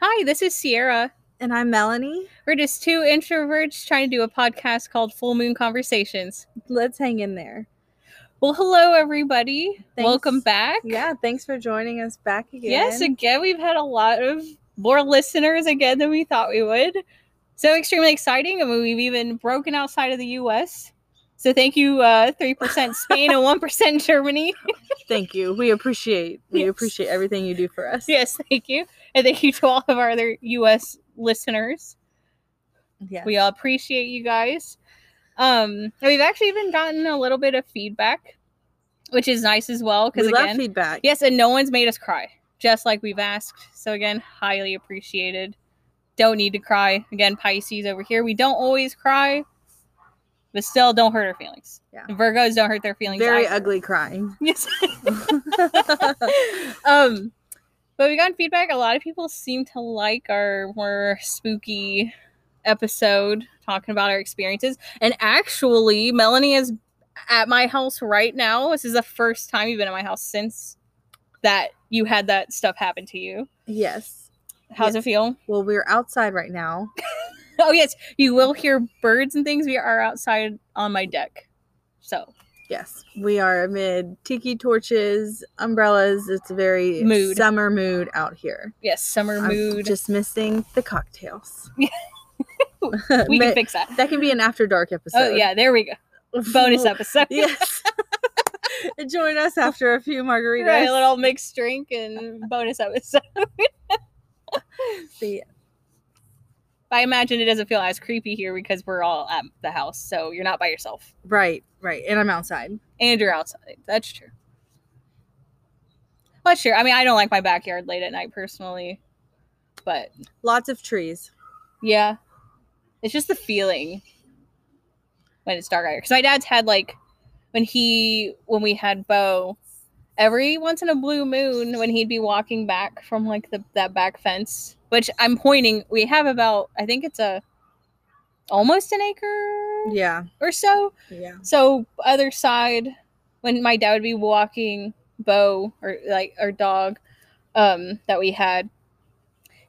Hi, this is Sierra. And I'm Melanie. We're just two introverts trying to do a podcast called Full Moon Conversations. Let's hang in there. Well, hello, everybody. Thanks. Welcome back. Yeah, thanks for joining us back again. Yes, again, we've had a lot of more listeners again than we thought we would. So extremely exciting. and we've even broken outside of the US. So thank you, uh, 3% Spain and 1% Germany. Thank you. We appreciate we Yes. appreciate everything you do for us. Yes, thank you. And thank you to all of our other US listeners. Yes. We all appreciate you guys. Um, and we've actually even gotten a little bit of feedback, which is nice as well. Because We love again, feedback. yes, and no one's made us cry, just like we've asked. So again, highly appreciated. Don't need to cry. Again, Pisces over here. We don't always cry, but still, don't hurt our feelings. Yeah. Virgos don't hurt their feelings. Very either. ugly crying. Yes. um, but we got feedback. A lot of people seem to like our more spooky episode talking about our experiences. And actually, Melanie is at my house right now. This is the first time you've been at my house since that you had that stuff happen to you. yes. How's it feel? Well, we're outside right now. Oh yes, you will hear birds and things. We are outside on my deck. So Yes. We are amid tiki torches, umbrellas. It's a very Mood. summer mood out here. yes, summer I'm mood. just missing the cocktails. We we Ma- can fix that. that can be an after dark episode. Oh yeah, there we go. Bonus episode. yes. Join us after a few margaritas. Right, a little mixed drink and bonus episode. See, I imagine it doesn't feel as creepy here because we're all at the house, so you're not by yourself right, right. And I'm outside. and you're outside. That's true. That's true. I mean, I don't like my backyard late at night personally, but Lots of trees. yeah, it's just the feeling when it's dark out here. Because my dad's had like when he when we had Bo. Every once in a blue moon, when he'd be walking back from like the that back fence, which I'm pointing, we have about I think it's a almost an acre Yeah. or so. Yeah. So other side, when my dad would be walking Bo or like our dog um, that we had,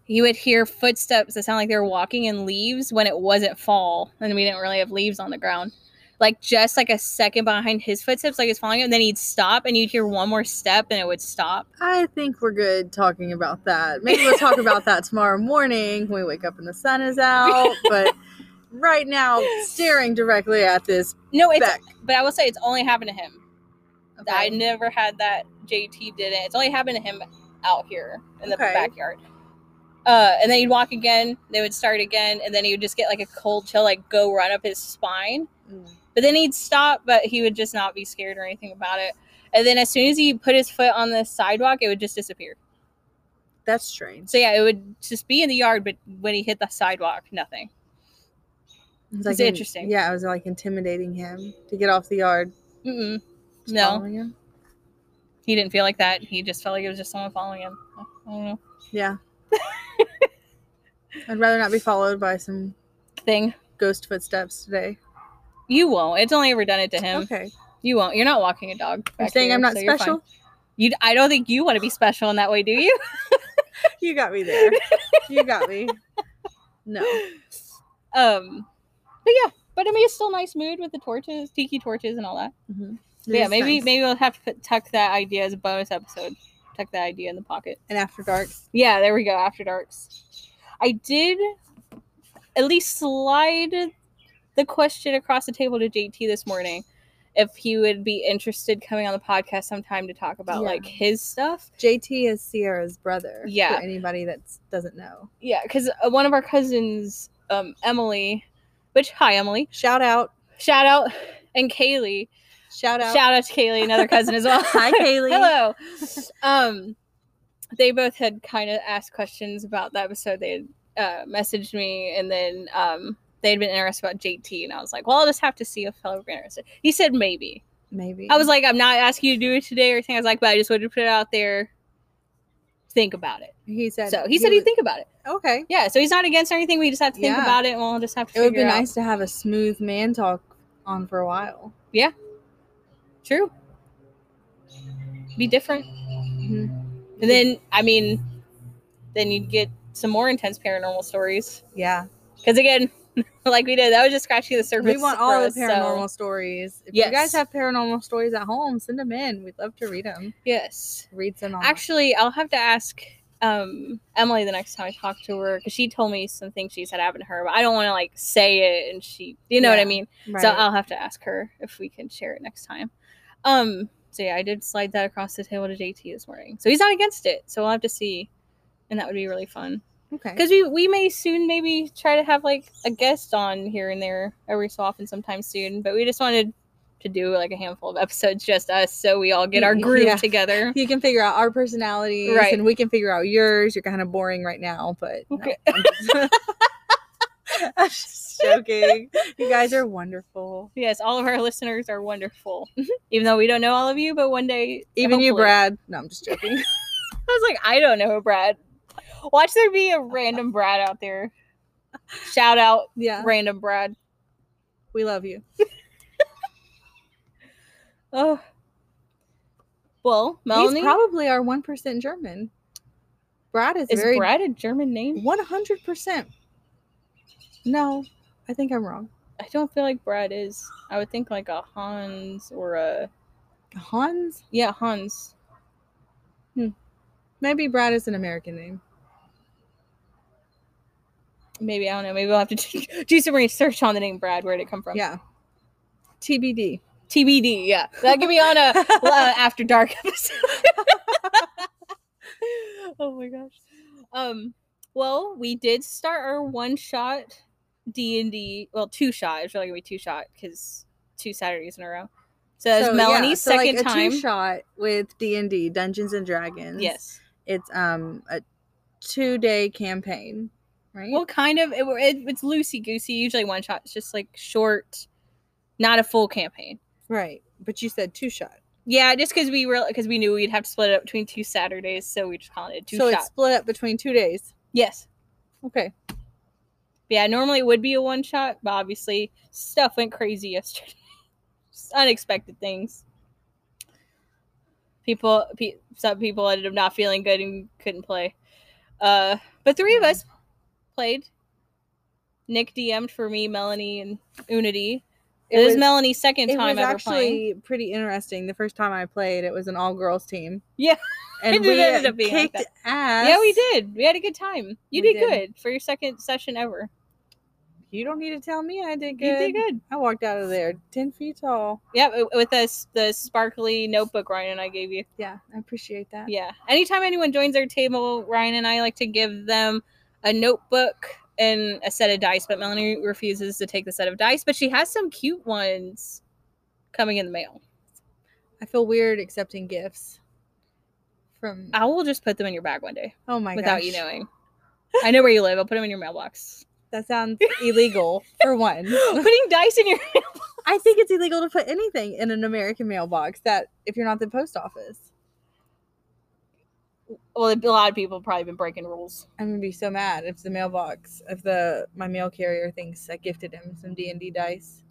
he would hear footsteps that sound like they were walking in leaves when it wasn't fall, and we didn't really have leaves on the ground. Like just like a second behind his footsteps, like it's following him. Then he'd stop, and you'd hear one more step, and it would stop. I think we're good talking about that. Maybe we'll talk about that tomorrow morning when we wake up and the sun is out. But right now, staring directly at this No, it's back. but I will say it's only happened to him. I Okay. never had that. JT did it. It's only happened to him out here in the Okay. backyard. Uh, and then he'd walk again. They would start again, and then he would just get like a cold chill, like go run up his spine. Mm. But then he'd stop, but he would just not be scared or anything about it. And then as soon as he put his foot on the sidewalk, it would just disappear. That's strange. So yeah, it would just be in the yard, but when he hit the sidewalk, nothing. It's it's in- interesting. yeah, I was like intimidating him to get off the yard. Mm-mm. Just No, following him. he didn't feel like that. He just felt like it was just someone following him. I don't know. Yeah. I'd rather not be followed by some Thing. ghost footsteps today. You won't. It's only ever done it to him. Okay. You won't. You're not walking a dog. You're back saying here, I'm not so you're fine. special? You, I don't think you want to be special in that way, do you? You got me there. you got me. No. Um, but yeah. But I mean, it's still nice mood with the torches, tiki torches, and all that. Mhm. But yeah, It's maybe nice. maybe we'll have to put, tuck that idea as a bonus episode. Tuck that idea in the pocket. And after dark. Yeah, there we go. After darks. I did at least slide the question across the table to JT this morning if he would be interested coming on the podcast sometime to talk about Yeah. like his stuff. JT is Sierra's brother. Yeah. For anybody that doesn't know. Yeah, because one of our cousins, um, Emily, which hi Emily, Shout out. shout out, and Kaylee, Shout out. shout out to Kaylee, another cousin as well. Hi, Kaylee. Hello. Um, they both had kind of asked questions about the episode. They had uh, messaged me, and then um, they had been interested about JT, and I was like, well, I'll just have to see if he'll be interested. He said maybe. Maybe. I was like, I'm not asking you to do it today or anything. I was like, but I just wanted to put it out there. Think about it. he said. So he said he'd would- think about it. Okay. Yeah, so he's not against anything. We just have to think Yeah. about it, and we'll just have to. It would be figure out. nice to have a smooth man talk on for a while. True. Be different, Mhm. and then I mean, then you'd get some more intense paranormal stories. Yeah. Because again, like we did, that was just scratching the surface. We want for all the us, so- paranormal stories. If you Yes. guys have paranormal stories at home, send them in. We'd love to read them. Yes. Read them on. Actually, I'll have to ask um, Emily the next time I talk to her because she told me some things she's had happened to her, but I don't want to like say it and she, you know what I Yeah, mean. right. So um, I'll have to ask her if we can share it next time. Um. So yeah, I did slide that across the table to JT this morning, so he's not against it. So we'll have to see, and that would be really fun okay. because we we may soon maybe try to have like a guest on here and there every so often sometime soon. But we just wanted to do like a handful of episodes just us, so we all get our groove Yeah. together. you can figure out our personalities Right. and we can figure out yours. You're kind of boring right now, but no, Okay. I'm just- I'm just joking. You guys are wonderful. Yes, all of our listeners are wonderful. Even though we don't know all of you, but one day Even you, hopefully- Brad. No, I'm just joking. I was like, I don't know Brad. Watch there be a random Brad out there. Shout out yeah. random Brad. We love you. Oh. Well, Melanie He's probably our 1% German. Brad is, is very Brad a German name? 100%. No, I think I'm wrong. I don't feel like Brad is. I would think like a Hans or a Hans? yeah Hans. Maybe Brad is an American name. Maybe I don't know. Maybe we'll have to do, do some research on the name Brad. Where did it come from? Yeah. TBD. TBD. Yeah, that could be on a uh, after dark episode. oh my gosh. Um. Well, we did start our one shot D and D. Well, two shot. It's really gonna be two shot because two Saturdays in a row. So that's So, yeah, Melanie's so, like, second a time. two shot with D&D, Dungeons and Dragons. Yes. It's um a two day campaign, right? Well, kind of. It, it, it's loosey goosey. Usually one shot. It's just like short, not a full campaign. right. But you said two shot. Yeah, just because we were because we knew we'd have to split it up between two Saturdays, so we just call it a two so shot. it's split up between two days. Yes. Okay. Yeah, normally it would be a one shot, but obviously stuff went crazy yesterday. Just unexpected things. People, pe- some people ended up not feeling good and couldn't play. Uh, but three of Yeah. us played. Nick DM'd for me, Melanie, and Unity. It, was, Melanie's second it time was ever actually playing. pretty interesting. The first time I played, it was an all girls team. Yeah. and It we ended up being like kicked ass. Yeah, we did. We had a good time. You We did, did. good for your second session ever. You don't need to tell me I did good. You did good. I walked out of there ten feet tall. Yeah, w- with us the sparkly notebook Ryan and I gave you. Yeah, I appreciate that. Yeah. Anytime anyone joins our table, Ryan and I like to give them a notebook and a set of dice, but Melanie refuses to take the set of dice, but she has some cute ones coming in the mail. I feel weird accepting gifts from. I will just put them in your bag one day oh my Uh, without gosh, you knowing. I know where you live. I'll put them in your mailbox. that sounds illegal for one. Putting dice in your I think it's illegal to put anything in an American mailbox that if you're not the post office. Well, a lot of people have probably been breaking rules. I'm gonna be so mad if the mailbox if the my mail carrier thinks I gifted him some D and D dice.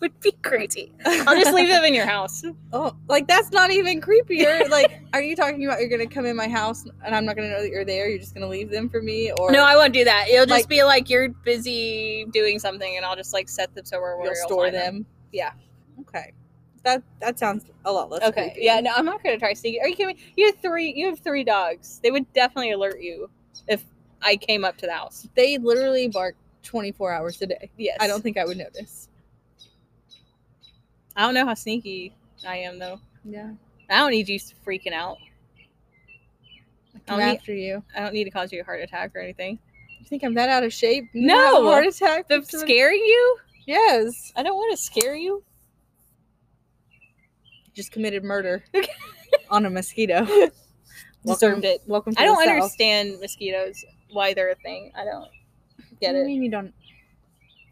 Would be crazy. I'll just leave them in your house. Oh, like that's not even creepier. Like, are you talking about you're gonna come in my house and I'm not gonna know that you're there? You're just gonna leave them for me, or No, I won't do that. It'll just Like- be like you're busy doing something, and I'll just like set them somewhere where you'll you'll store find them. Yeah. Okay. That that sounds a lot less. Okay. creepy. Yeah. No, I'm not gonna try sneaking. Are you kidding me? You have three. You have three dogs. They would definitely alert you if I came up to the house. They literally bark 24 hours a day. Yes. I don't think I would notice. I don't know how sneaky I am though. Yeah. I don't need you freaking out. I'm I'll need- after you. I don't need to cause you a heart attack or anything. You think I'm that out of shape? You No. have a heart attack. But from someone- scaring you? Yes. I don't want to scare you. Just committed murder on a mosquito. Deserved Welcome- it. Welcome. To I don't the South. understand mosquitoes. Why they're a thing? I don't get What do you it. mean you don't?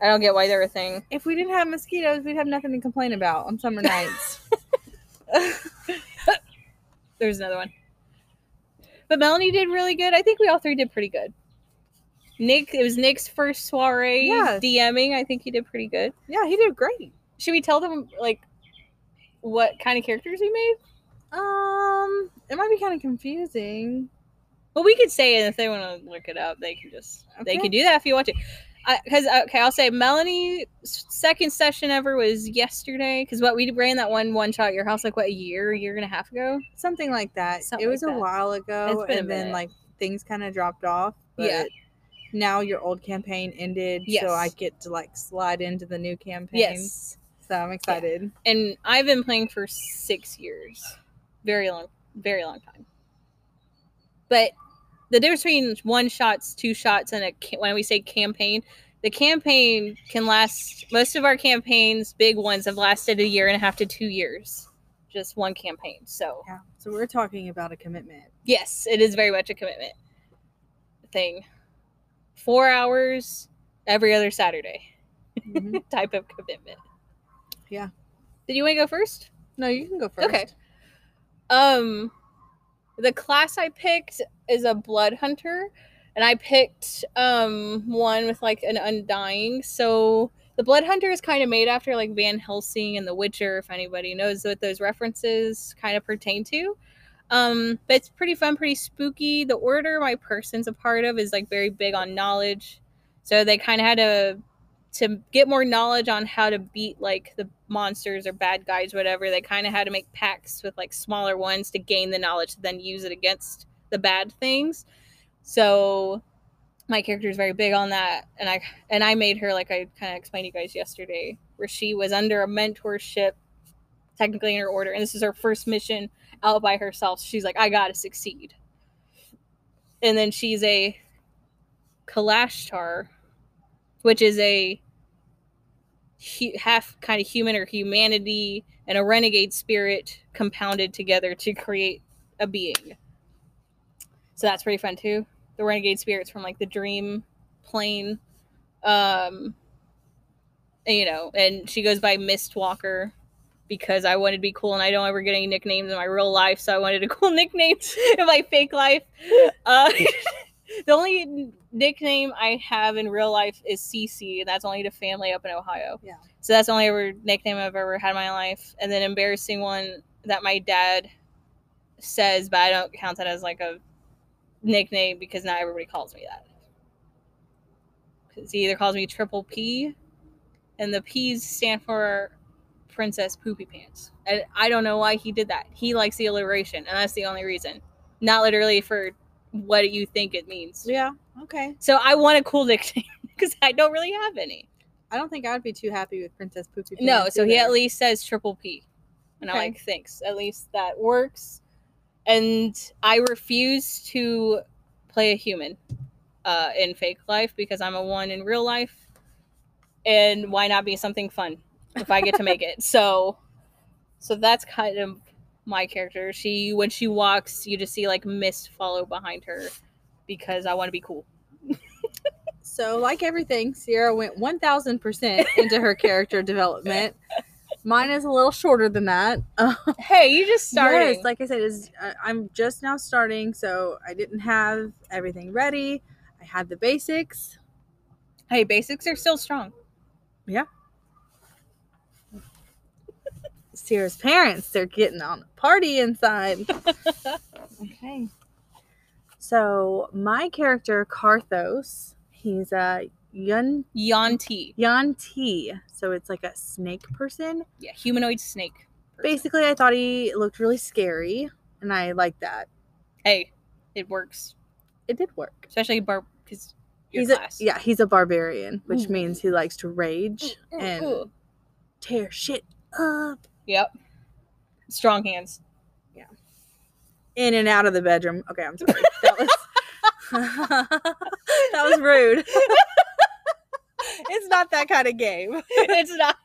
I don't get why they're a thing. If we didn't have mosquitoes, we'd have nothing to complain about on summer nights. There's another one. But Melanie did really good. I think we all three did pretty good. Nick, it was Nick's first soiree Yeah. DMing. I think he did pretty good. yeah, he did great. Should we tell them like what kind of characters we made? Um, it might be kind of confusing. Well, we could say it if they want to look it up. They can just they Okay. can do that if you want to. Because okay, I'll say Melanie's second session ever was yesterday. Because what we ran that one one shot at your house like what a year, a year and a half ago. something like that. Something it like was that. a while ago, It's been a and then minute. like things kind of dropped off. But Yeah. Now your old campaign ended, Yes. so I get to like slide into the new campaign. Yes, So I'm excited. and I've been playing for six years, very long, very long time. But the difference between one shots, two shots, and a ca- when we say campaign, the campaign can last. Most of our campaigns, big ones, have lasted a year and a half to two years, just one campaign. So Yeah. So we're talking about a commitment. yes, it is very much a commitment thing. Four hours every other Saturday Mhm. type of commitment. Yeah. Did you want to go first? no, you can go first. Okay. Um, the class I picked is a blood hunter, and I picked um one with like an undying. So the blood hunter is kind of made after like Van Helsing and The Witcher, if anybody knows what those references kind of pertain to. Um, but it's pretty fun, pretty spooky. The order my person's a part of is like very big on knowledge, so they kind of had to to get more knowledge on how to beat like the monsters or bad guys, whatever. They kind of had to make pacts with like smaller ones to gain the knowledge to then use it against the bad things. So my character is very big on that, and I and I made her like I kind of explained to you guys yesterday, where she was under a mentorship, technically in her order, and this is her first mission out by herself. She's like, I gotta succeed, and then she's a Kalashtar, which is a hu- half kind of human or humanity and a renegade spirit compounded together to create a being. So that's pretty fun too. The renegade spirits from like the dream plane. Um and, you know, and she goes by Mistwalker because I wanted to be cool and I don't ever get any nicknames in my real life, so I wanted a cool nickname in my fake life. Uh, the only nickname I have in real life is CC, and that's only to family up in Ohio. Yeah. So that's the only ever nickname I've ever had in my life. And then embarrassing one that my dad says, but I don't count that as like a nickname because not everybody calls me that. 'Cause he either calls me Triple P, and the P's stand for Princess Poopy Pants. And I don't know why he did that. He likes the alliteration, and that's the only reason. Not literally for what you think it means. Yeah. Okay. So I want a cool nickname because I don't really have any. I don't think I would be too happy with Princess Poopy. No, Pants so he either. at least says triple P. And I'm Okay. like, thanks. At least that works. And I refuse to play a human uh, in fake life because I'm a one in real life. And why not be something fun if I get to make it? So, so that's kind of my character. She, when she walks, you just see like mist follow behind her because I want to be cool. So, like everything, Sierra went 1000% into her character development. Mine is a little shorter than that. Uh, Hey, you just started. Yes, like I said, is I'm just now starting, so I didn't have everything ready. I had the basics. hey, basics are still strong. Sierra's parents, they're getting on a party inside. okay. So, my character, Carthos, he's a Yun Yanti. Yanti. So, it's like a snake person. Yeah, humanoid snake. person. Basically, I thought he looked really scary, and I like that. Hey, it works. It did work. Especially Barb because your he's class. a yeah, he's a barbarian, which Ooh. means he likes to rage Ooh, and ooh. tear shit up Yep. Strong hands. in and out of the bedroom. Okay, I'm sorry. That was that was rude. it's not that kind of game. it's not.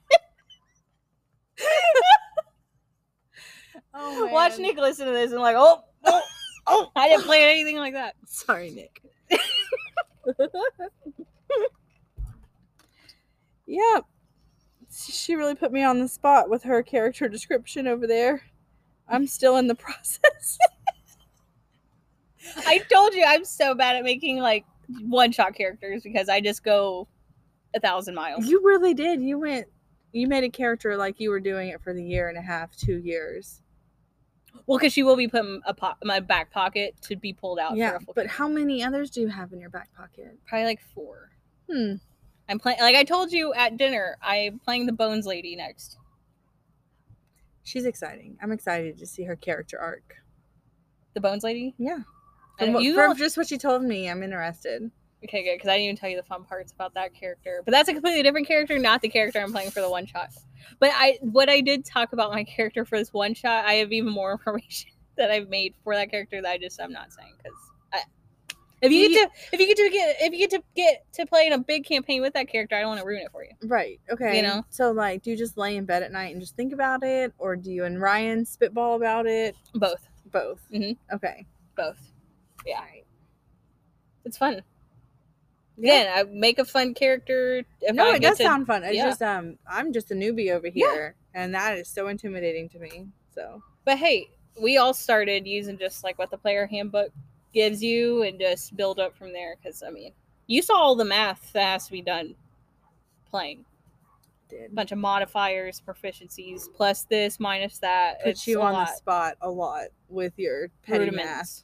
Oh, Watch Nick listen to this and like, oh, oh, oh, I didn't play anything like that. Sorry, Nick. yep. She really put me on the spot with her character description over there. I'm still in the process. I told you I'm so bad at making like one shot characters because I just go a thousand miles. you really did. You went you made a character like you were doing it for the year and a half, 2 years. Well, because she will be put in a po- my back pocket to be pulled out. yeah, for a full but count. how many others do you have in your back pocket? probably like four. Hmm. I'm playing. Like I told you at dinner, I'm playing the Bones Lady next. She's exciting. I'm excited to see her character arc. The Bones Lady. Yeah. And From, what, Uh, you from all- just what she told me, I'm interested. okay, good. Because I didn't even tell you the fun parts about that character. But that's a completely different character, not the character I'm playing for the one shot. But I, what I did talk about my character for this one shot, I have even more information that I've made for that character that I just I'm not saying because. If you, Do get to if you get to get if you get to get to play in a big campaign with that character, I don't want to ruin it for you. Right. Okay. know? So like, do you just lay in bed at night and just think about it, or do you and Ryan spitball about it? Both. Both. Mhm. Okay. both. Yeah. It's fun. Yeah. Again, I make a fun character. If no, I it get does to- sound fun. It's yeah. just um, I'm just a newbie over Yeah. here, and that is so intimidating to me. So But hey, we all started using just like what the player handbook gives you and just build up from there. Because, I mean, you saw all the math that has to be done playing. did A bunch of modifiers, proficiencies, plus this, minus that. put It's you a on lot. the spot a lot with your petty math.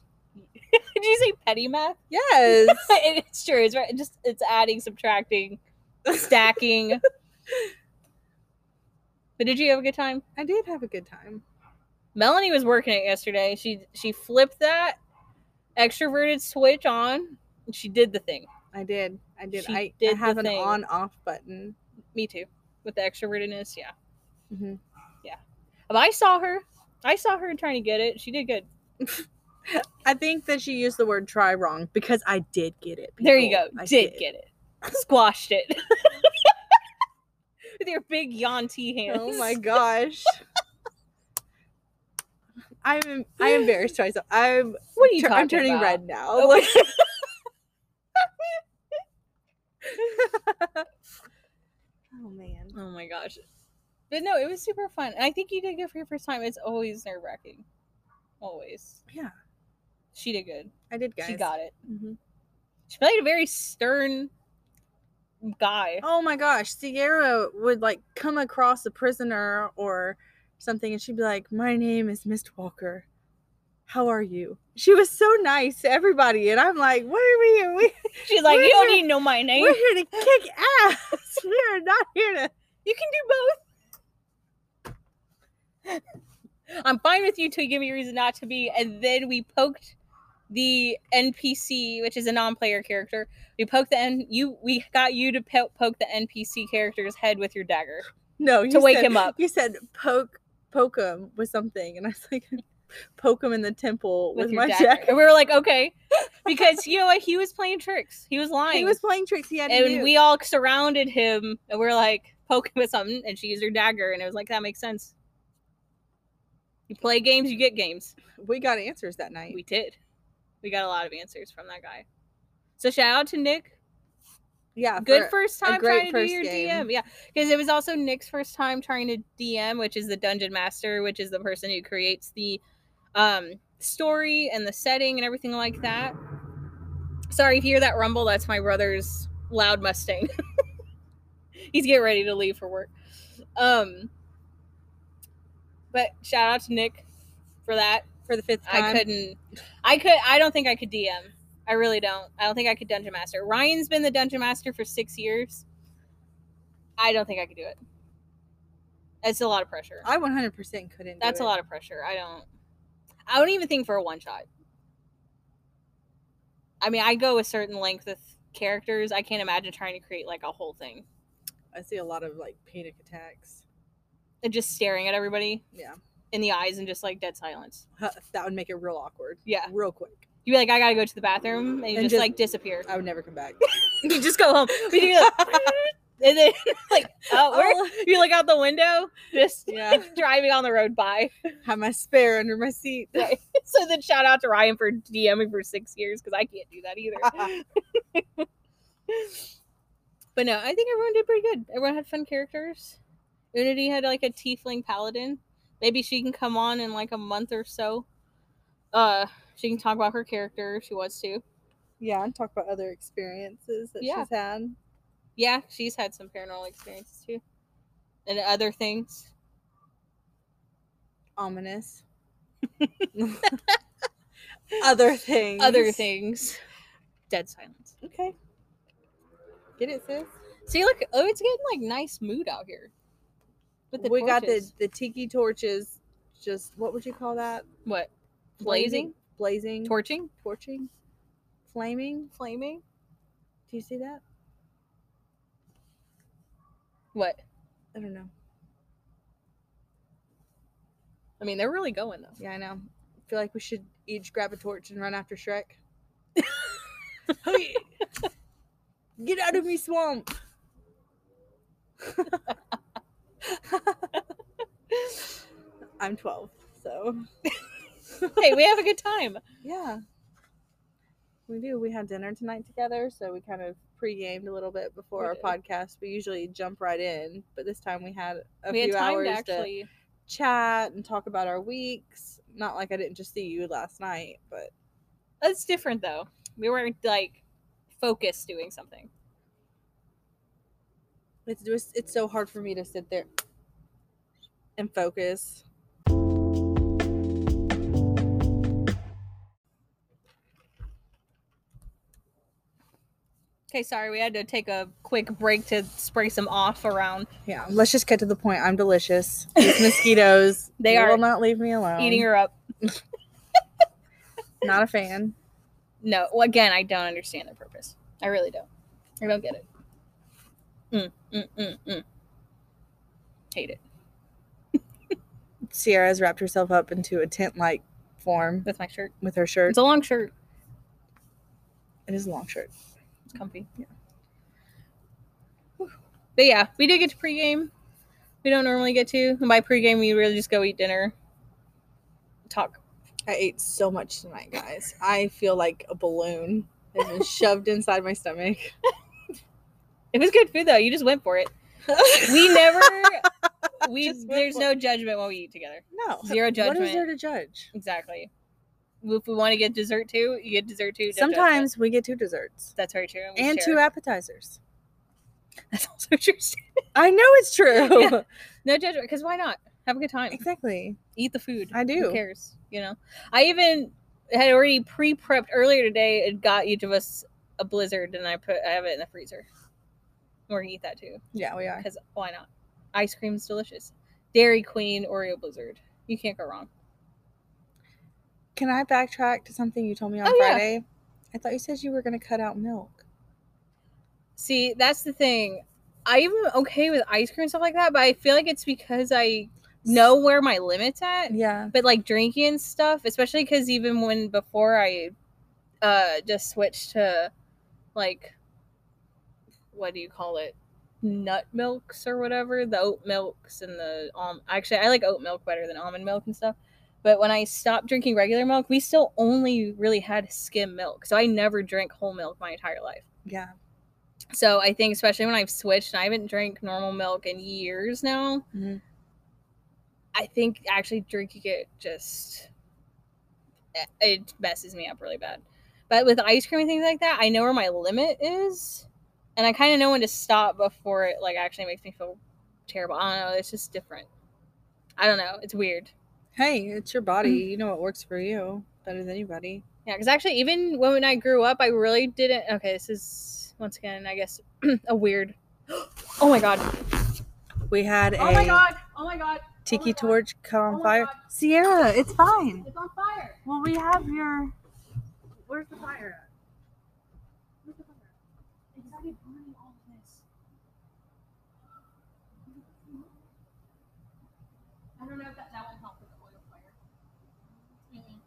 Rudiments. Did you say petty math? Yes. it's true. It's right. Just it's adding, subtracting, stacking. but did you have a good time? I did have a good time. Melanie was working it yesterday. She she flipped that extroverted switch on. And she did the thing. I did. I did. She I, did I the have an thing. on-off button. Me too. With the extrovertedness, yeah. Mhm. But I saw her. I saw her trying to get it. She did good. I think that she used the word "try" wrong because I did get it. There you go. people. I did, get it. Squashed it. With your big yonty hands. Oh my gosh. I'm I am embarrassed myself. I'm What are you tur- talking I'm turning about? red now. Oh, Like, oh man. Oh my gosh. But no, it was super fun. I think you did good for your first time. It's always nerve wracking. Always. Yeah. She did good. I did guys. She got it. Mhm. She played a very stern guy. Oh my gosh, Sierra would like come across a prisoner or something and she'd be like, "My name is Mist Walker. How are you?" She was so nice to everybody and I'm like, "What are we? we She's like, we're You don't here- need to know my name. we're here to kick ass. we are not here to You can do both. I'm fine with you till you give me a reason not to be. And then we poked the NPC, which is a non-player character. We poked the N. You, we got you to po- poke the NPC character's head with your dagger. No, you wake said- him up. You said poke poke him with something, and I was like, poke him in the temple with, with, my your dagger. jacket. And we were like, okay, because you know what? He was playing tricks. He was lying. He was playing tricks. He had to and do. we all surrounded him, and we are like poking with something. And she used her dagger, and it was like that makes sense. You play games, you get games. we got answers that night. We did. We got a lot of answers from that guy. So shout out to Nick. yeah, Good for- first time great trying to do first your game. DM. Yeah, because it was also Nick's first time trying to DM, which is the dungeon master, which is the person who creates the um, story and the setting and everything like that. Sorry if you hear that rumble. That's my brother's loud Mustang. He's getting ready to leave for work. Um, but shout out to Nick for that. for the fifth time. I couldn't. I could. I don't think I could DM. I really don't. I don't think I could dungeon master. Ryan's been the dungeon master for six years. I don't think I could do it. It's a lot of pressure. I 100% couldn't. do That's a it. lot of pressure. I don't. I don't even think for a one shot. I mean, I go a certain length with characters. I can't imagine trying to create like a whole thing. I see a lot of like panic attacks. And just staring at everybody Yeah, in the eyes and just like dead silence. Huh, that would make it real awkward. Yeah. real quick. You'd be like, I gotta go to the bathroom. And you And just, just- like disappear. I would never come back. you just go home. We do like, and then like, oh, where? I'll you look out the window, just Yeah. driving on the road by. have my spare under my seat. Right. So then shout out to Ryan for DMing for six years because I can't do that either. but no, I think everyone did pretty good. Everyone had fun characters. Unity had like a tiefling paladin. Maybe she can come on in like a month or so. Uh, she can talk about her character if she wants to. yeah, and talk about other experiences that Yeah. she's had. Yeah, she's had some paranormal experiences too, and other things. Ominous. Other things. Other things. Dead silence. Okay. Get it, sis. See, look, oh, it's getting like nice mood out here. With the we got the torches. the tiki torches. Just what would you call that? what blazing, Blazing. torching, torching. Flaming. flaming. Do you see that? What? I don't know. I mean, they're really going though. Yeah, I know. I feel like we should each grab a torch and run after Shrek. Get out of me, swamp! I'm 12, so. hey, we have a good time. Yeah. We do. We had dinner tonight together, so we kind of pre-gamed a little bit before We our did. podcast. We usually jump right in, but this time we had a we few had time hours to to, actually. chat and talk about our weeks. Not like I didn't just see you last night, but That's different though. We weren't like focused doing something. it's just it's so hard for me to sit there and focus. Okay, sorry, we had to take a quick break to spray some off around. Yeah, let's just get to the point. I'm delicious. These mosquitoes, They will are not leave me alone. Eating her up. not a fan. No, well, again, I don't understand their purpose. I really don't. I don't get it. Mm, mm, mm, mm. Hate it Sierra's wrapped herself up into a tent-like form with my shirt. with her shirt. It's a long shirt. It is a long shirt. It's comfy. Yeah. But yeah, we did get to pregame. We don't normally get to. And by pregame, we really just go eat dinner, talk. I ate so much tonight, guys. I feel like a balloon has been shoved inside my stomach. It was good food though. You just went for it. We never. We Just went there's for no judgment when we eat together. no Zero What is there judgment. to judge? Exactly. If we want to get dessert too, you get dessert too. no judgment. Sometimes we get two desserts that's very true. we and share. two appetizers. That's also true. I know it's true. Yeah. No judgment, because why not? Have a good time. Exactly. Eat the food. I do. Who cares? You know. I even had already pre-prepped earlier today and got each of us a blizzard, and I put I have it in the freezer. We're gonna eat that too. Yeah, we are. because why not? Ice cream's delicious. Dairy Queen Oreo Blizzard. You can't go wrong. Can I backtrack to something you told me on Oh, yeah. Friday? I thought you said you were going to cut out milk. See, that's the thing. I even okay with ice cream and stuff like that, but I feel like it's because I know where my limits at. Yeah. But like drinking and stuff, especially because even when before I uh just switched to like what do you call it? Nut milks or whatever, the oat milks and the um actually I like oat milk better than almond milk and stuff. But when I stopped drinking regular milk, we still only really had skim milk. So I never drank whole milk my entire life. Yeah. So I think especially when I've switched and I haven't drank normal milk in years now, Mhm. I think actually drinking it just eh, it messes me up really bad. But with ice cream and things like that, I know where my limit is, and I kind of know when to stop before it like actually makes me feel terrible. I don't know. It's just different. I don't know. It's weird. Hey, it's your body. You know what works for you better than anybody. Yeah, because actually, even when I grew up, I really didn't. Okay, this is once again, I guess, a weird. Oh my god! We had Oh a my god! Oh my god! tiki my God. torch caught on Oh my fire. God. Sierra, it's fine. It's on fire. Well, we have your. Where's the fire at? Look at her. It started burning all of this. I don't know if that, that will help with the oil fire. Mm-hmm.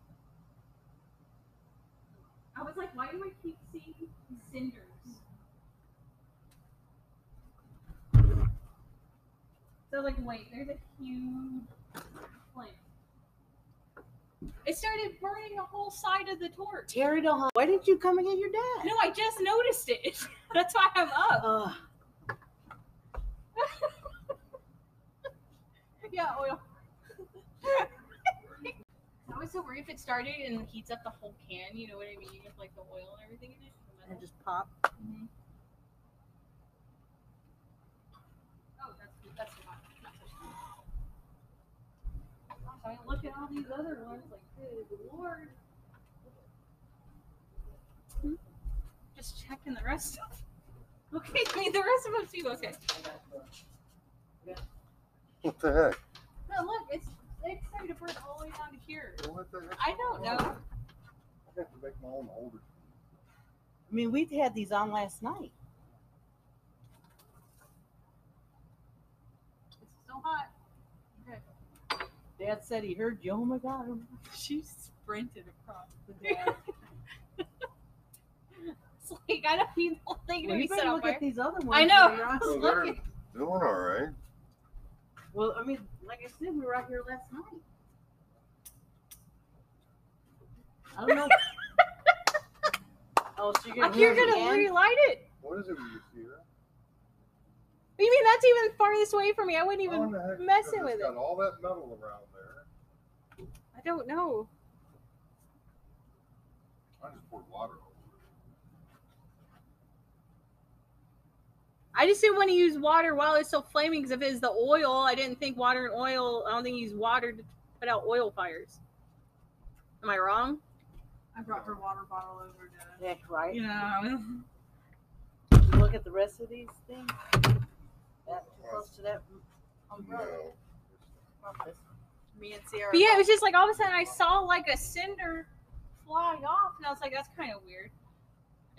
I was like, why do I keep seeing cinders? So like, wait, there's a huge flame. It started burning the whole side of the torch. Terry Dohan, why didn't you come and get your dad? No, I just noticed it. That's why I'm up. Ugh. Yeah, oil. I was so worried if it started and heats up the whole can, you know what I mean? With like the oil and everything in it. the and metal. just pop. Mhm. Oh, that's that's not. I mean, look at all these other ones. Like, good lord. Just checking the rest of Okay, leave the rest of them too. Okay. What the heck? No, look, it's it's starting to burn all the way down to here. What the heck? I don't know. I have to make my own order. I mean, we had these on last night. It's so hot. Dad said he heard you. Oh my god. She sprinted across the desk. it's like I don't need the whole thing to Well, be you set better on look at fire. these other ones. I know. while you're on- I was Oh, they're looking. doing all right. Well, I mean, like I said, we were out here last night. I don't know. oh, so you're gonna, You're do it gonna again? relight it. What is it with your What do you mean that's even farthest away from me? I wouldn't Sierra? How even. in Oh. Oh, the heck- messing because with it's it. Got all that metal around there. I don't know. I just poured water over it. I just didn't want to use water while it's still flaming because if it's the oil, I didn't think water and oil. I don't think you use water to put out oil fires. Am I wrong? I brought her water bottle over to. Yeah, right. You know, Look at the rest of these things. That too close to that umbrella. No. me and Sierra. But yeah, it was just like all of a sudden I saw like a cinder fly off, and I was like, that's kind of weird.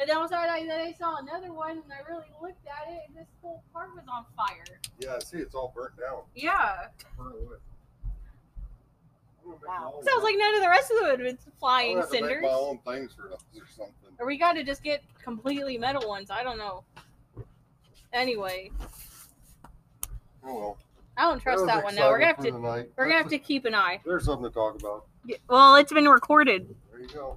And then all of a sudden I, then I saw another one, and I really looked at it, and this whole part was on fire. Yeah, I see. It's all burnt down. Yeah. Burn away. I'm gonna make my Wow. own- Sounds like none of the rest of them was I'm flying gonna Oh, have to make cinders. my own things for those or something. Or we got to just get completely metal ones. I don't know. Anyway, Oh well. I don't trust that, one now. We're gonna have to. We're gonna have to keep an eye. There's something to talk about. Well, it's been recorded. There you go.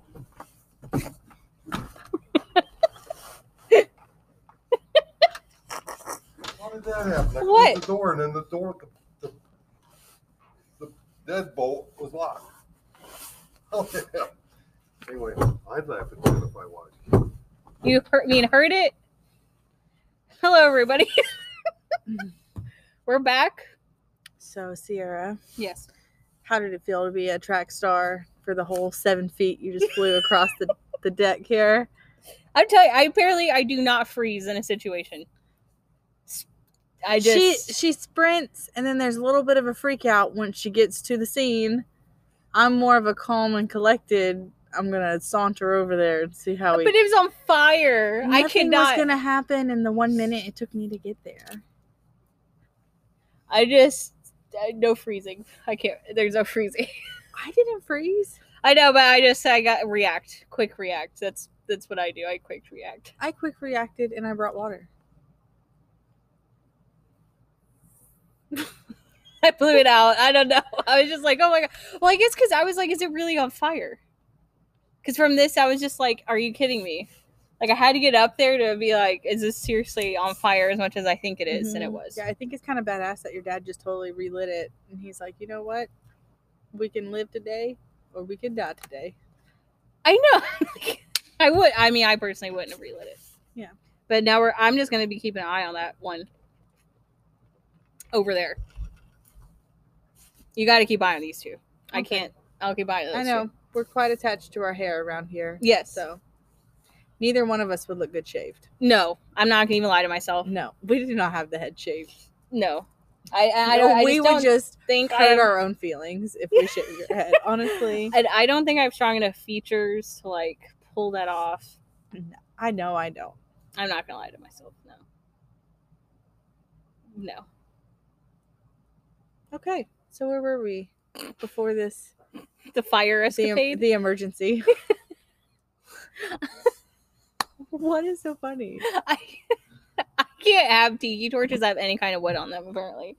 How did that happen? I closed What? The door and then the door, the, the, the deadbolt was locked. Oh, yeah. Anyway, I'd laugh at that if I watched. You heard, mean heard it? Hello, everybody. We're back. So Sierra, Yes. how did it feel to be a track star for the whole seven feet you just flew across the, the deck here? I'm telling you, I apparently I do not freeze in a situation. S- I just she she sprints and then there's a little bit of a freak out once she gets to the scene. I'm more of a calm and collected. I'm gonna saunter over there and see how but we. it was on fire. I Nothing cannot. was gonna happen in the one minute it took me to get there. I just I, no freezing. I can't. There's no freezing. I didn't freeze. I know, but I just I got react, quick react. That's that's what I do. I quick react. I quick reacted and I brought water. I blew it out. I don't know. I was just like, oh my god. Well, I guess because I was like, is it really on fire? Because from this, I was just like, are you kidding me? Like I had to get up there to be like, is this seriously on fire as much as I think it is? And it Mhm. was. Yeah, I think it's kind of badass that your dad just totally relit it, and he's like, you know what, we can live today or we can die today. I know. I would. I mean, I personally wouldn't have relit it. Yeah. But now we're. I'm just gonna be keeping an eye on that one over there. You got to keep eye on these two. I Okay. can't. I'll keep eye on. Those I two. know we're quite attached to our hair around here. Yes. So neither one of us would look good shaved. No, I'm not gonna even lie to myself. No, we do not have the head shaved. No. I. I, I don't. I we just would don't just think hurt I'm- our own feelings if we shave your head. Honestly, I, I don't think I have strong enough features to like pull that off. I know I don't. I'm not gonna lie to myself. No. No. Okay, so where were we before this? The fire The, em- escapade. the emergency. what is so funny? I, I can't have tiki torches that have any kind of wood on them, apparently.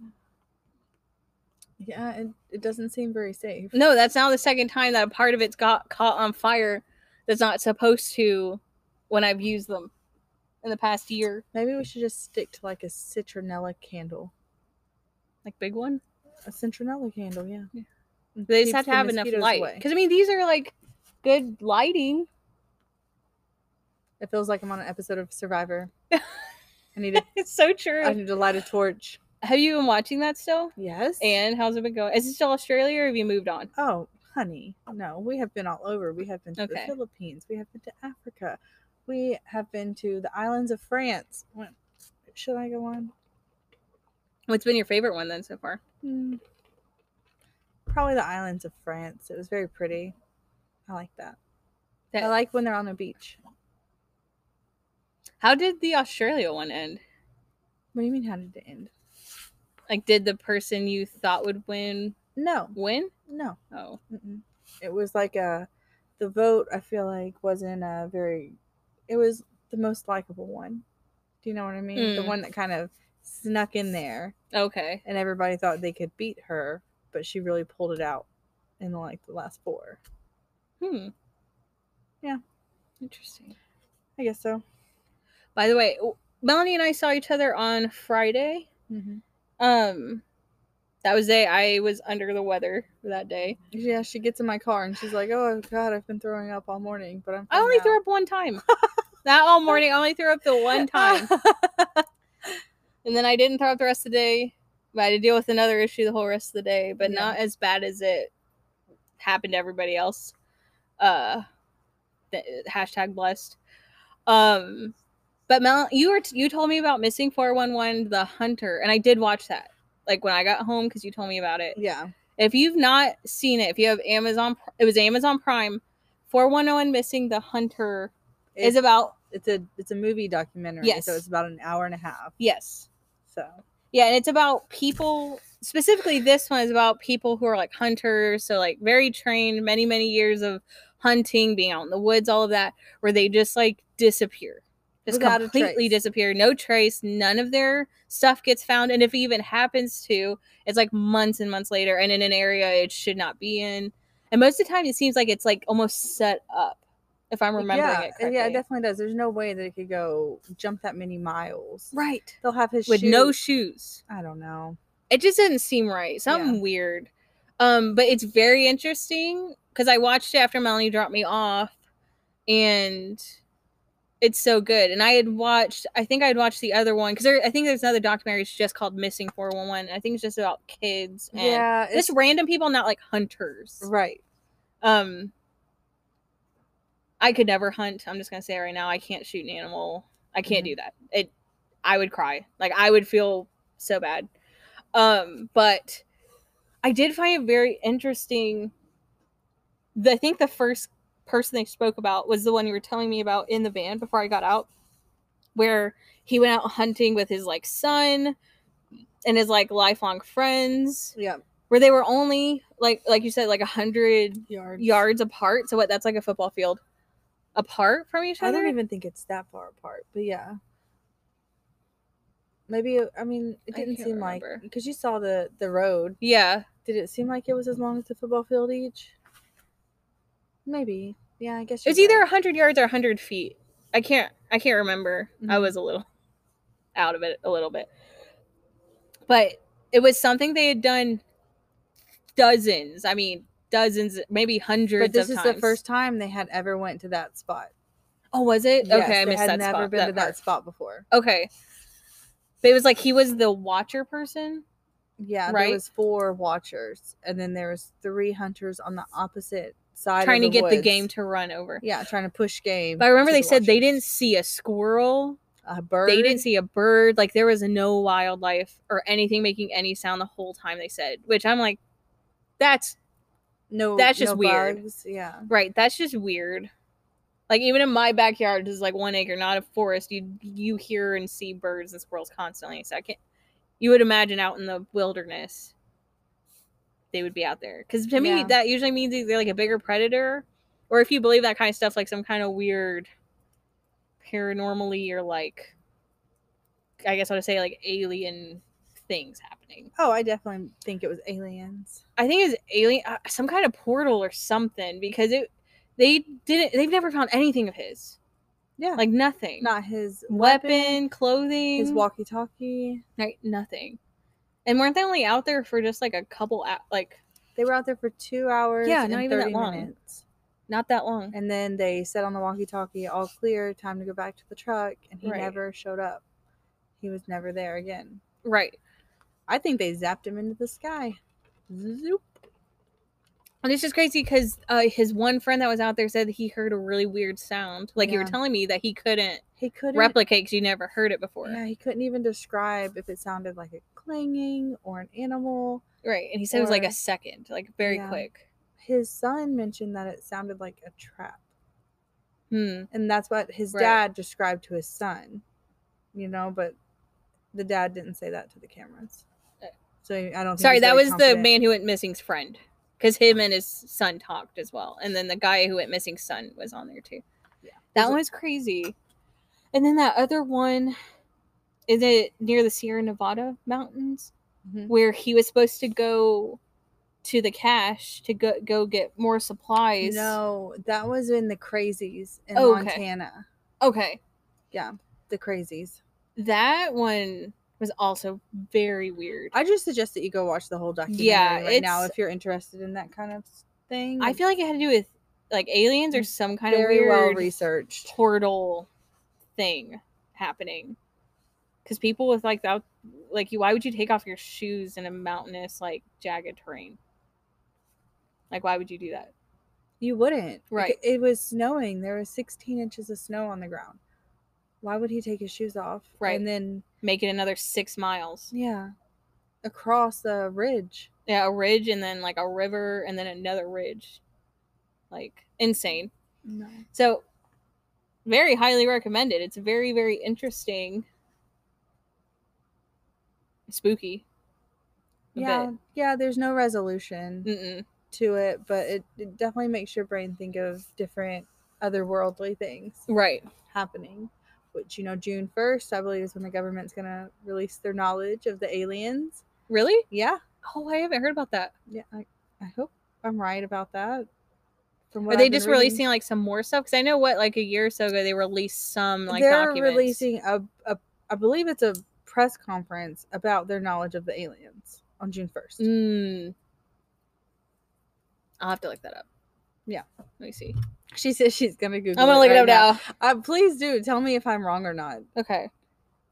Yeah, it, it doesn't seem very safe. No, that's now the second time that a part of it's got caught on fire that's not supposed to when I've used them in the past year. Maybe we should just stick to like a citronella candle. Like, big one. A citronella candle, yeah. Yeah. It They just keeps have to the have enough mosquitoes light. away. Because, I mean, these are like good lighting. It feels like I'm on an episode of Survivor. I need to It's so true. I need to light a torch. Have you been watching that still? Yes. And how's it been going? Is it still Australia or have you moved on? oh, honey, no, we have been all over. We have been to Okay. the Philippines. We have been to Africa. We have been to the islands of France. What, should I go on? What's been your favorite one then so far? Hmm. Probably the islands of France. It was very pretty. I like that. That- I like when they're on a beach. How did the Australia one end? What do you mean? How did it end? Like, did the person you thought would win No, win? no. Oh, Mm-mm. It was like a the vote. I feel like wasn't a very. It was the most likable one. Do you know what I mean? The Mm. one that kind of snuck in there, okay. and everybody thought they could beat her, but she really pulled it out in like the last four. Hmm. Yeah. Interesting. I guess so. By the way, w- Melanie and I saw each other on Friday. Mm-hmm. Um, that was the day I was under the weather that day. Yeah, she gets in my car and she's like, "Oh God, I've been throwing up all morning, but I'm." I fine only now." threw up one time. that all morning, I only threw up the one time, and then I didn't throw up the rest of the day. But I had to deal with another issue the whole rest of the day, but Yeah. not as bad as it happened to everybody else. Uh, th- hashtag blessed. Um, but Mel, you were t- you told me about missing four one one the hunter, and I did watch that. Like when I got home, because you told me about it. yeah. If you've not seen it, if you have Amazon, Pr- it was Amazon Prime. 410 Missing the Hunter is It's, about it's a it's a movie documentary. Yes. So it's about an hour and a half. yes. So Yeah, and it's about people specifically this one is about people who are like hunters, so like very trained, many many years of hunting, being out in the woods, all of that, where they just like disappear. Just Without a completely trace. disappear, no trace, none of their stuff gets found, and if it even happens to, it's like months and months later and in an area it should not be in. And most of the time it seems like it's like almost set up if I'm remembering yeah, it correctly. yeah, it definitely does. There's no way that it could go jump that many miles. right. They'll have his With no shoes. shoes- I don't know. it just didn't seem right. Something weird. Um, but it's very interesting because I watched it after Melanie dropped me off, and it's so good. And I had watched, I think I had watched the other one because I think there's another documentary it's just called Missing Four One One. I think it's just about kids and yeah, it's just random people, not like hunters. right. Um, I could never hunt. I'm just gonna say it right now. I can't shoot an animal. I can't Mhm. do that. It, I would cry. Like I would feel so bad. Um, but I did find it very interesting. The, I think the first person they spoke about was the one you were telling me about in the van before I got out, where he went out hunting with his like son and his like lifelong friends, Yeah, where they were only like like you said like a hundred yards. yards apart. So what? That's like a football field apart from each I other. don't even think it's that far apart, but yeah. Maybe it- I mean it I didn't can't seem remember. like because you saw the the road. yeah, Did it seem like it was as long as the football field each? Maybe. Yeah, I guess it's you're either right. a hundred yards or a hundred feet. I can't. I can't remember. I Mhm. was a little out of it a little bit, but it was something they had done dozens. I mean, dozens, maybe hundreds. But this of is times. the first time they had ever went to that spot. Oh, was it? Yes, okay, I they missed had that never spot. been that to part. that spot before. Okay, but it was like he was the watcher person. Yeah, Right? there was four watchers, and then there was three hunters on the opposite side, Trying to of the get the game woods. to run over. yeah, trying to push game. But I remember to they the said they watchers. didn't see a squirrel. a bird. They didn't see a bird. Like there was no wildlife or anything making any sound the whole time they said, which I'm like, that's no. that's just no weird. bugs, Yeah, right. That's just weird. Like even in my backyard, is like one acre, not a forest. You you hear and see birds and squirrels constantly. So I can't. You would imagine out in the wilderness, they would be out there. Because to me, Yeah. that usually means either like a bigger predator, or if you believe that kind of stuff, like some kind of weird paranormally or like, I guess I would say like alien things happening. Oh, I definitely think it was aliens. I think it's alien, uh, some kind of portal or something, because it they didn't they've never found anything of his. Yeah. like nothing, Not his weapon, weapon, clothing, his walkie-talkie. right, nothing. And weren't they only out there for just like a couple, hou- like They were out there for two hours. Yeah, and not even that 30 long. Minutes. not that long? And then they said on the walkie-talkie, "All clear, time to go back to the truck," and he Right. never showed up. He was never there again. Right. I think they zapped him into the sky. Zoop. And it's just crazy because uh, his one friend that was out there said he heard a really weird sound. Like you were Yeah. telling me that he couldn't He couldn't. replicate because you never heard it before. yeah, he couldn't even describe if it sounded like a clanging or an animal. Right. And he said it was like Or- a second, like very Yeah. quick. His son mentioned that it sounded like a trap, Hmm. and that's what his Right. dad described to his son. You know, but the dad didn't say that to the cameras. Uh, So I don't. Think Sorry, he's that very was the confident. man who went missing's friend. Because him and his son talked as well. And then the guy who went missing son was on there too. Yeah. That Was it- one was crazy. And then that other one, is it near the Sierra Nevada mountains? Mhm. Where he was supposed to go to the cache to go, go get more supplies. No, that was in the crazies in Oh, okay. Montana. Okay. The crazies. That one was also very weird. I just suggest that you go watch the whole documentary Yeah, right now it's- if you're interested in that kind of s- thing. I feel like it had to do with like aliens or some kind Mm. very of well weird researched. portal thing happening. Because people with like that, like you, why would you take off your shoes in a mountainous, like jagged terrain? Like, why would you do that? You wouldn't. Like, Right. It was snowing. There was 16 inches of snow on the ground. Why would he take his shoes off? Right. And then, Make it another six miles. yeah, across a ridge. Yeah, a ridge and then like a river and then another ridge. Like, insane. No. So, very highly recommended. It's very, very interesting. Spooky. A Yeah. bit. Yeah. There's no resolution Mm-mm. to it, but it, it definitely makes your brain think of different otherworldly things. Right. happening, which you know June first, I believe, is when the government's gonna release their knowledge of the aliens. Really? Yeah, Oh, I haven't heard about that. yeah. I, I hope I'm right about that. From Are I've they been just reading. releasing like some more stuff? Because I know what like a year or so ago they released some like They're documents. releasing a, a, I believe it's a press conference about their knowledge of the aliens on June first. Mm. I'll have to look that up. Yeah. Let me see. She says she's gonna Google. I'm gonna look it right up now. Uh, please do tell me if I'm wrong or not. Okay.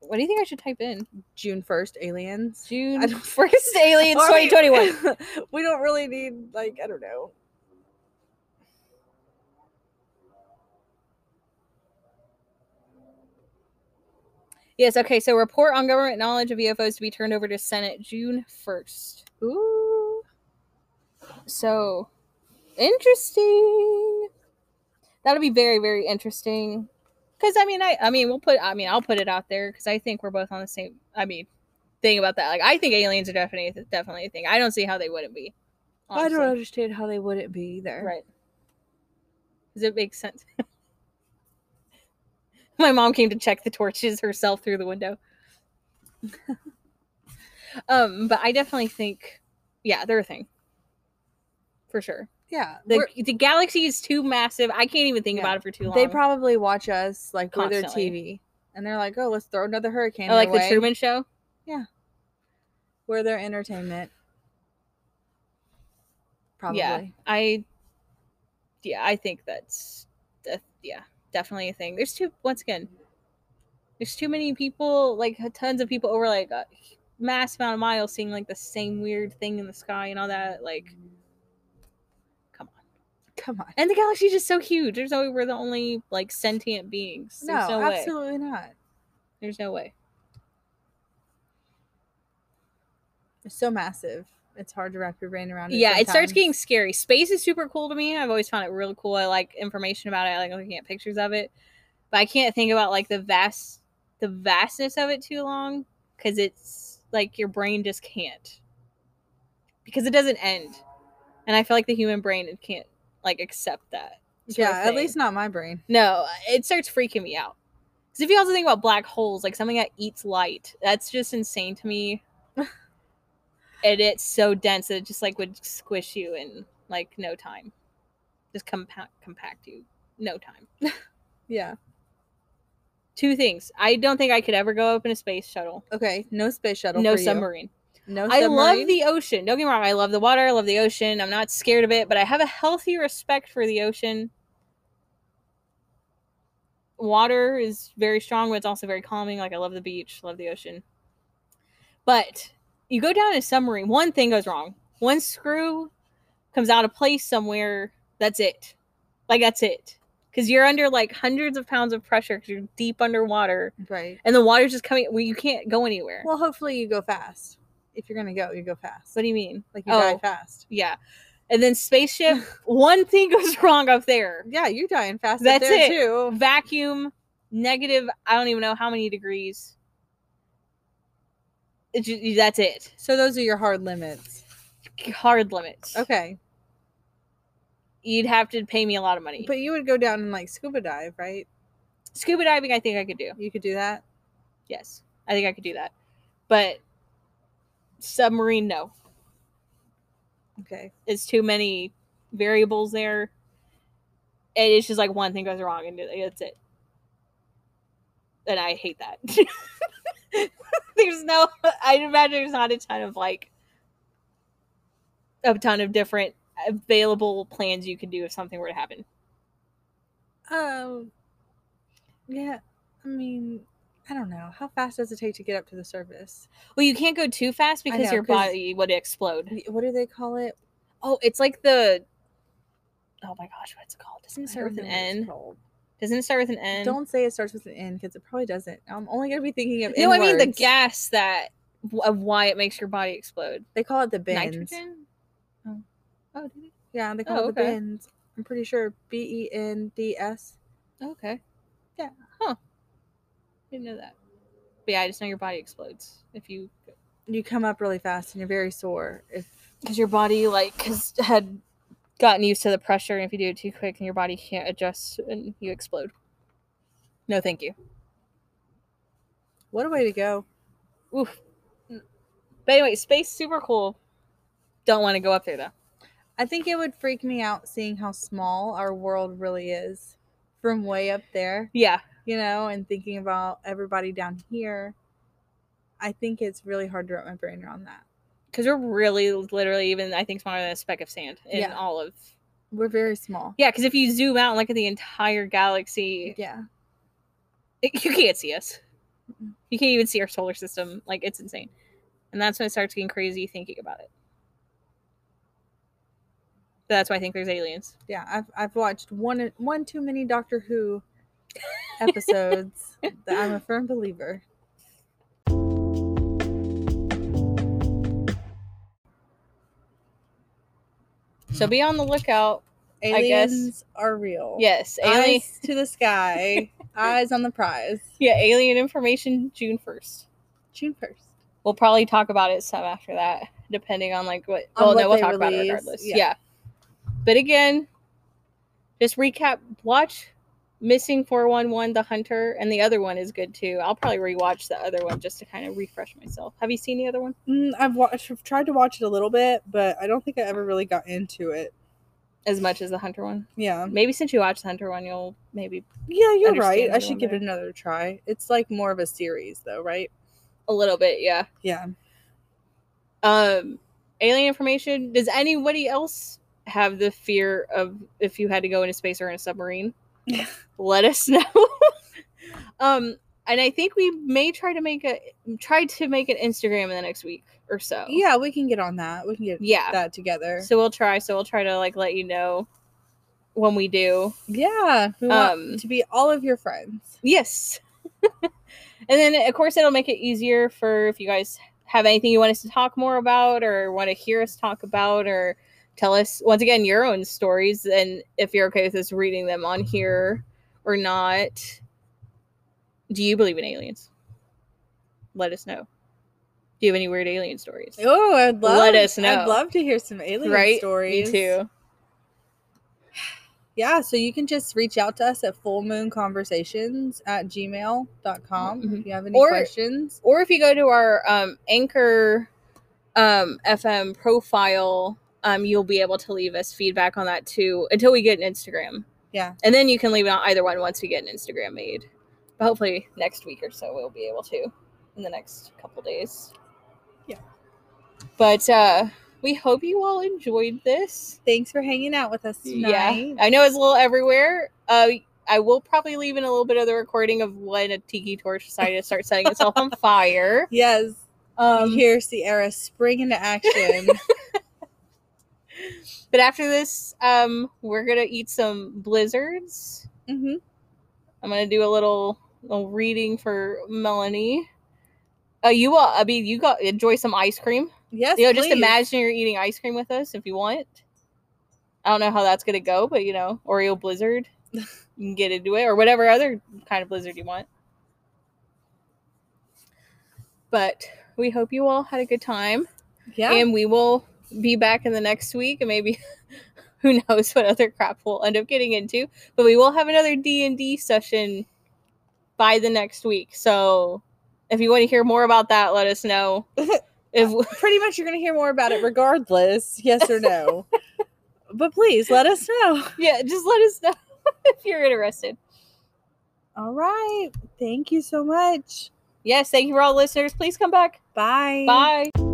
What do you think I should type in? June first, aliens. June don't- first aliens Or we- 2021. we don't really need like I don't know. Yes, okay. So report on government knowledge of UFOs to be turned over to Senate June 1st. Ooh. So interesting. That'll be very very interesting. Cuz I mean I I mean we'll put I mean I'll put it out there cuz I think we're both on the same I mean thing about that. Like I think aliens are definitely definitely a thing. I don't see how they wouldn't be. I don't honestly. understand how they wouldn't be either. Right. Does it make sense? My mom came to check the torches herself through the window. um, but I definitely think, yeah, they're a thing. For sure. Yeah. The, we're- the galaxy is too massive. I can't even think Yeah. about it for too long. they probably watch us like through their Constantly. TV, and they're like, "Oh, let's throw another hurricane." Oh, like the their way. Truman Show. We're their entertainment. Probably. Yeah, I, yeah, I think that's, that, yeah, definitely a thing. There's too, once again, there's too many people, like tons of people over like a mass amount of miles seeing like the same weird thing in the sky and all that. Like, come on. Come on. And the galaxy is just so huge. There's no way we're the only like sentient beings. No, There's no, way. absolutely not. There's no way. It's so massive. It's hard to wrap your brain around. It yeah it starts sometimes. getting scary space is super cool to me i've always found it really cool i like information about it i like looking at pictures of it but i can't think about like the vast the vastness of it too long because it's like your brain just can't because it doesn't end and i feel like the human brain it can't like accept that sort of Yeah, at thing. least not my brain. no it starts freaking me out because if you also think about black holes like something that eats light that's just insane to me and it's so dense that it just like would squish you in like no time just compact compact you no time Yeah. two things i don't think i could ever go up in a space shuttle Okay. No space shuttle. no for you. submarine. No i submarine. love the ocean don't get me wrong i love the water i love the ocean i'm not scared of it but i have a healthy respect for the ocean water is very strong but it's also very calming like i love the beach love the ocean but you go down a submarine, one thing goes wrong. One screw comes out of place somewhere. That's it. Like that's it. Because you're under like hundreds of pounds of pressure because you're deep underwater, Right. and the water's just coming. Well, you can't go anywhere. Well, hopefully you go fast. If you're gonna go, you go fast. what do you mean? Like you Oh. die fast. Yeah. And then spaceship, one thing goes wrong up there. Yeah, you're dying fast. That's up there it. too. Vacuum, negative, I don't even know how many degrees. It ju- that's it. So those are your hard limits. Hard limits. Okay, You'd have to pay me a lot of money. but you would go down and like scuba dive, right? Scuba diving, I think I could do. You could do that. Yes, I think I could do that. But submarine, no. Okay. It's too many variables there. And it's just like one thing goes wrong and that's it. And I hate that. there's no, I imagine there's not a ton of like, a ton of different available plans you could do if something were to happen. Um. Yeah. I mean, I don't know. How fast does it take to get up to the surface? Well, you can't go too fast because know, your 'cause- body would explode. Y- What do they call it? Oh, it's like the. Oh my gosh, what's it called? Doesn't it I start don't with an know what it's N? called. Doesn't it start with an N? Don't say it starts with an N because it probably doesn't. I'm only gonna be thinking of. No, I mean the N-words. gas that of why it makes your body explode. They call it the bends. Nitrogen. Oh, oh, do they? Yeah, they call Oh, it the okay. bends. I'm pretty sure B E N D S. Oh, okay. Yeah. Huh. Didn't know that. But yeah, I just know your body explodes if you You come up really fast and you're very sore. If because your body like has had gotten used to the pressure, and if you do it too quick, and your body can't adjust, and you explode. No, thank you. what a way to go. Oof. But anyway, space super cool. Don't want to go up there though. I think it would freak me out seeing how small our world really is from way up there, Yeah, you know, and thinking about everybody down here. I think it's really hard to wrap my brain around that. because we're really literally even I think smaller than a speck of sand in Yeah. all of We're very small. yeah. Because if you zoom out and look at the entire galaxy, Yeah. it- you can't see us. Mm-mm. You can't even see our solar system. Like it's insane, and that's when it starts getting crazy thinking about it. So that's why I think there's aliens. Yeah. I've, I've watched one, one too many Doctor Who episodes that I'm a firm believer. So be on the lookout. I guess- Aliens are real. Yes, alien. Eyes to the sky, eyes on the prize. Yeah, alien information June first. June first. We'll probably talk about it some after that, depending on like what. well, On what no, we'll they talk about it release, regardless. yeah. Yeah. But again, just recap. Watch Missing Four One One, The Hunter, and the other one is good too. I'll probably rewatch the other one just to kind of refresh myself. Have you seen the other one? Mm, I've watched, I've tried to watch it a little bit, but I don't think I ever really got into it. As much as the Hunter one. Yeah, Maybe since you watch the Hunter one, you'll maybe yeah, you're Understand right. I the should one give it there. another try. It's like more of a series, though, right? a little bit. Yeah. Yeah. Um, alien information. Does anybody else have the fear of if you had to go into space or in a submarine? Let us know. um, and I think we may try to make a try to make an Instagram in the next week or so. Yeah, we can get on that. We can get Oh. Yeah. that together. So we'll try. So we'll try to like let you know when we do. yeah, we want Um, to be all of your friends. Yes. and then, of course, it'll make it easier for if you guys have anything you want us to talk more about or want to hear us talk about or tell us, once again, your own stories and if you're okay with us reading them on here or not. Do you believe in aliens? Let us know. Do you have any weird alien stories? Oh, I'd love Let us know. I'd love to hear some alien right? Me stories. too. yeah so you can just reach out to us at full moon conversations at gmail.com Mhm. if you have any Or- questions or if you go to our um, anchor um, fm profile um, you'll be able to leave us feedback on that too until we get an instagram Yeah. and then you can leave it on either one once we get an instagram made but hopefully next week or so we'll be able to in the next couple days Yeah. but uh we hope you all enjoyed this thanks for hanging out with us yeah tonight i know it's a little everywhere uh I will probably leave in a little bit of the recording of when a tiki torch decided to start setting itself on fire yes Um, Here, Sierra, spring into action. But after this, um, we're gonna eat some blizzards. mm-hmm. I'm gonna do a little, little reading for Melanie. Uh, you, uh, I mean, you got enjoy some ice cream. Yes. you know, just please. imagine you're eating ice cream with us if you want. I don't know how that's gonna go, but you know, Oreo blizzard, you can get into it, or whatever other kind of blizzard you want. But we hope you all had a good time. Yeah. and we will be back in the next week and maybe who knows what other crap we'll end up getting into but we will have another d&d session by the next week so if you want to hear more about that let us know if Pretty much, you're going to hear more about it regardless, yes or no. but please let us know. yeah just let us know if you're interested All right. Thank you so much. yes thank you for all listeners please come back Bye. bye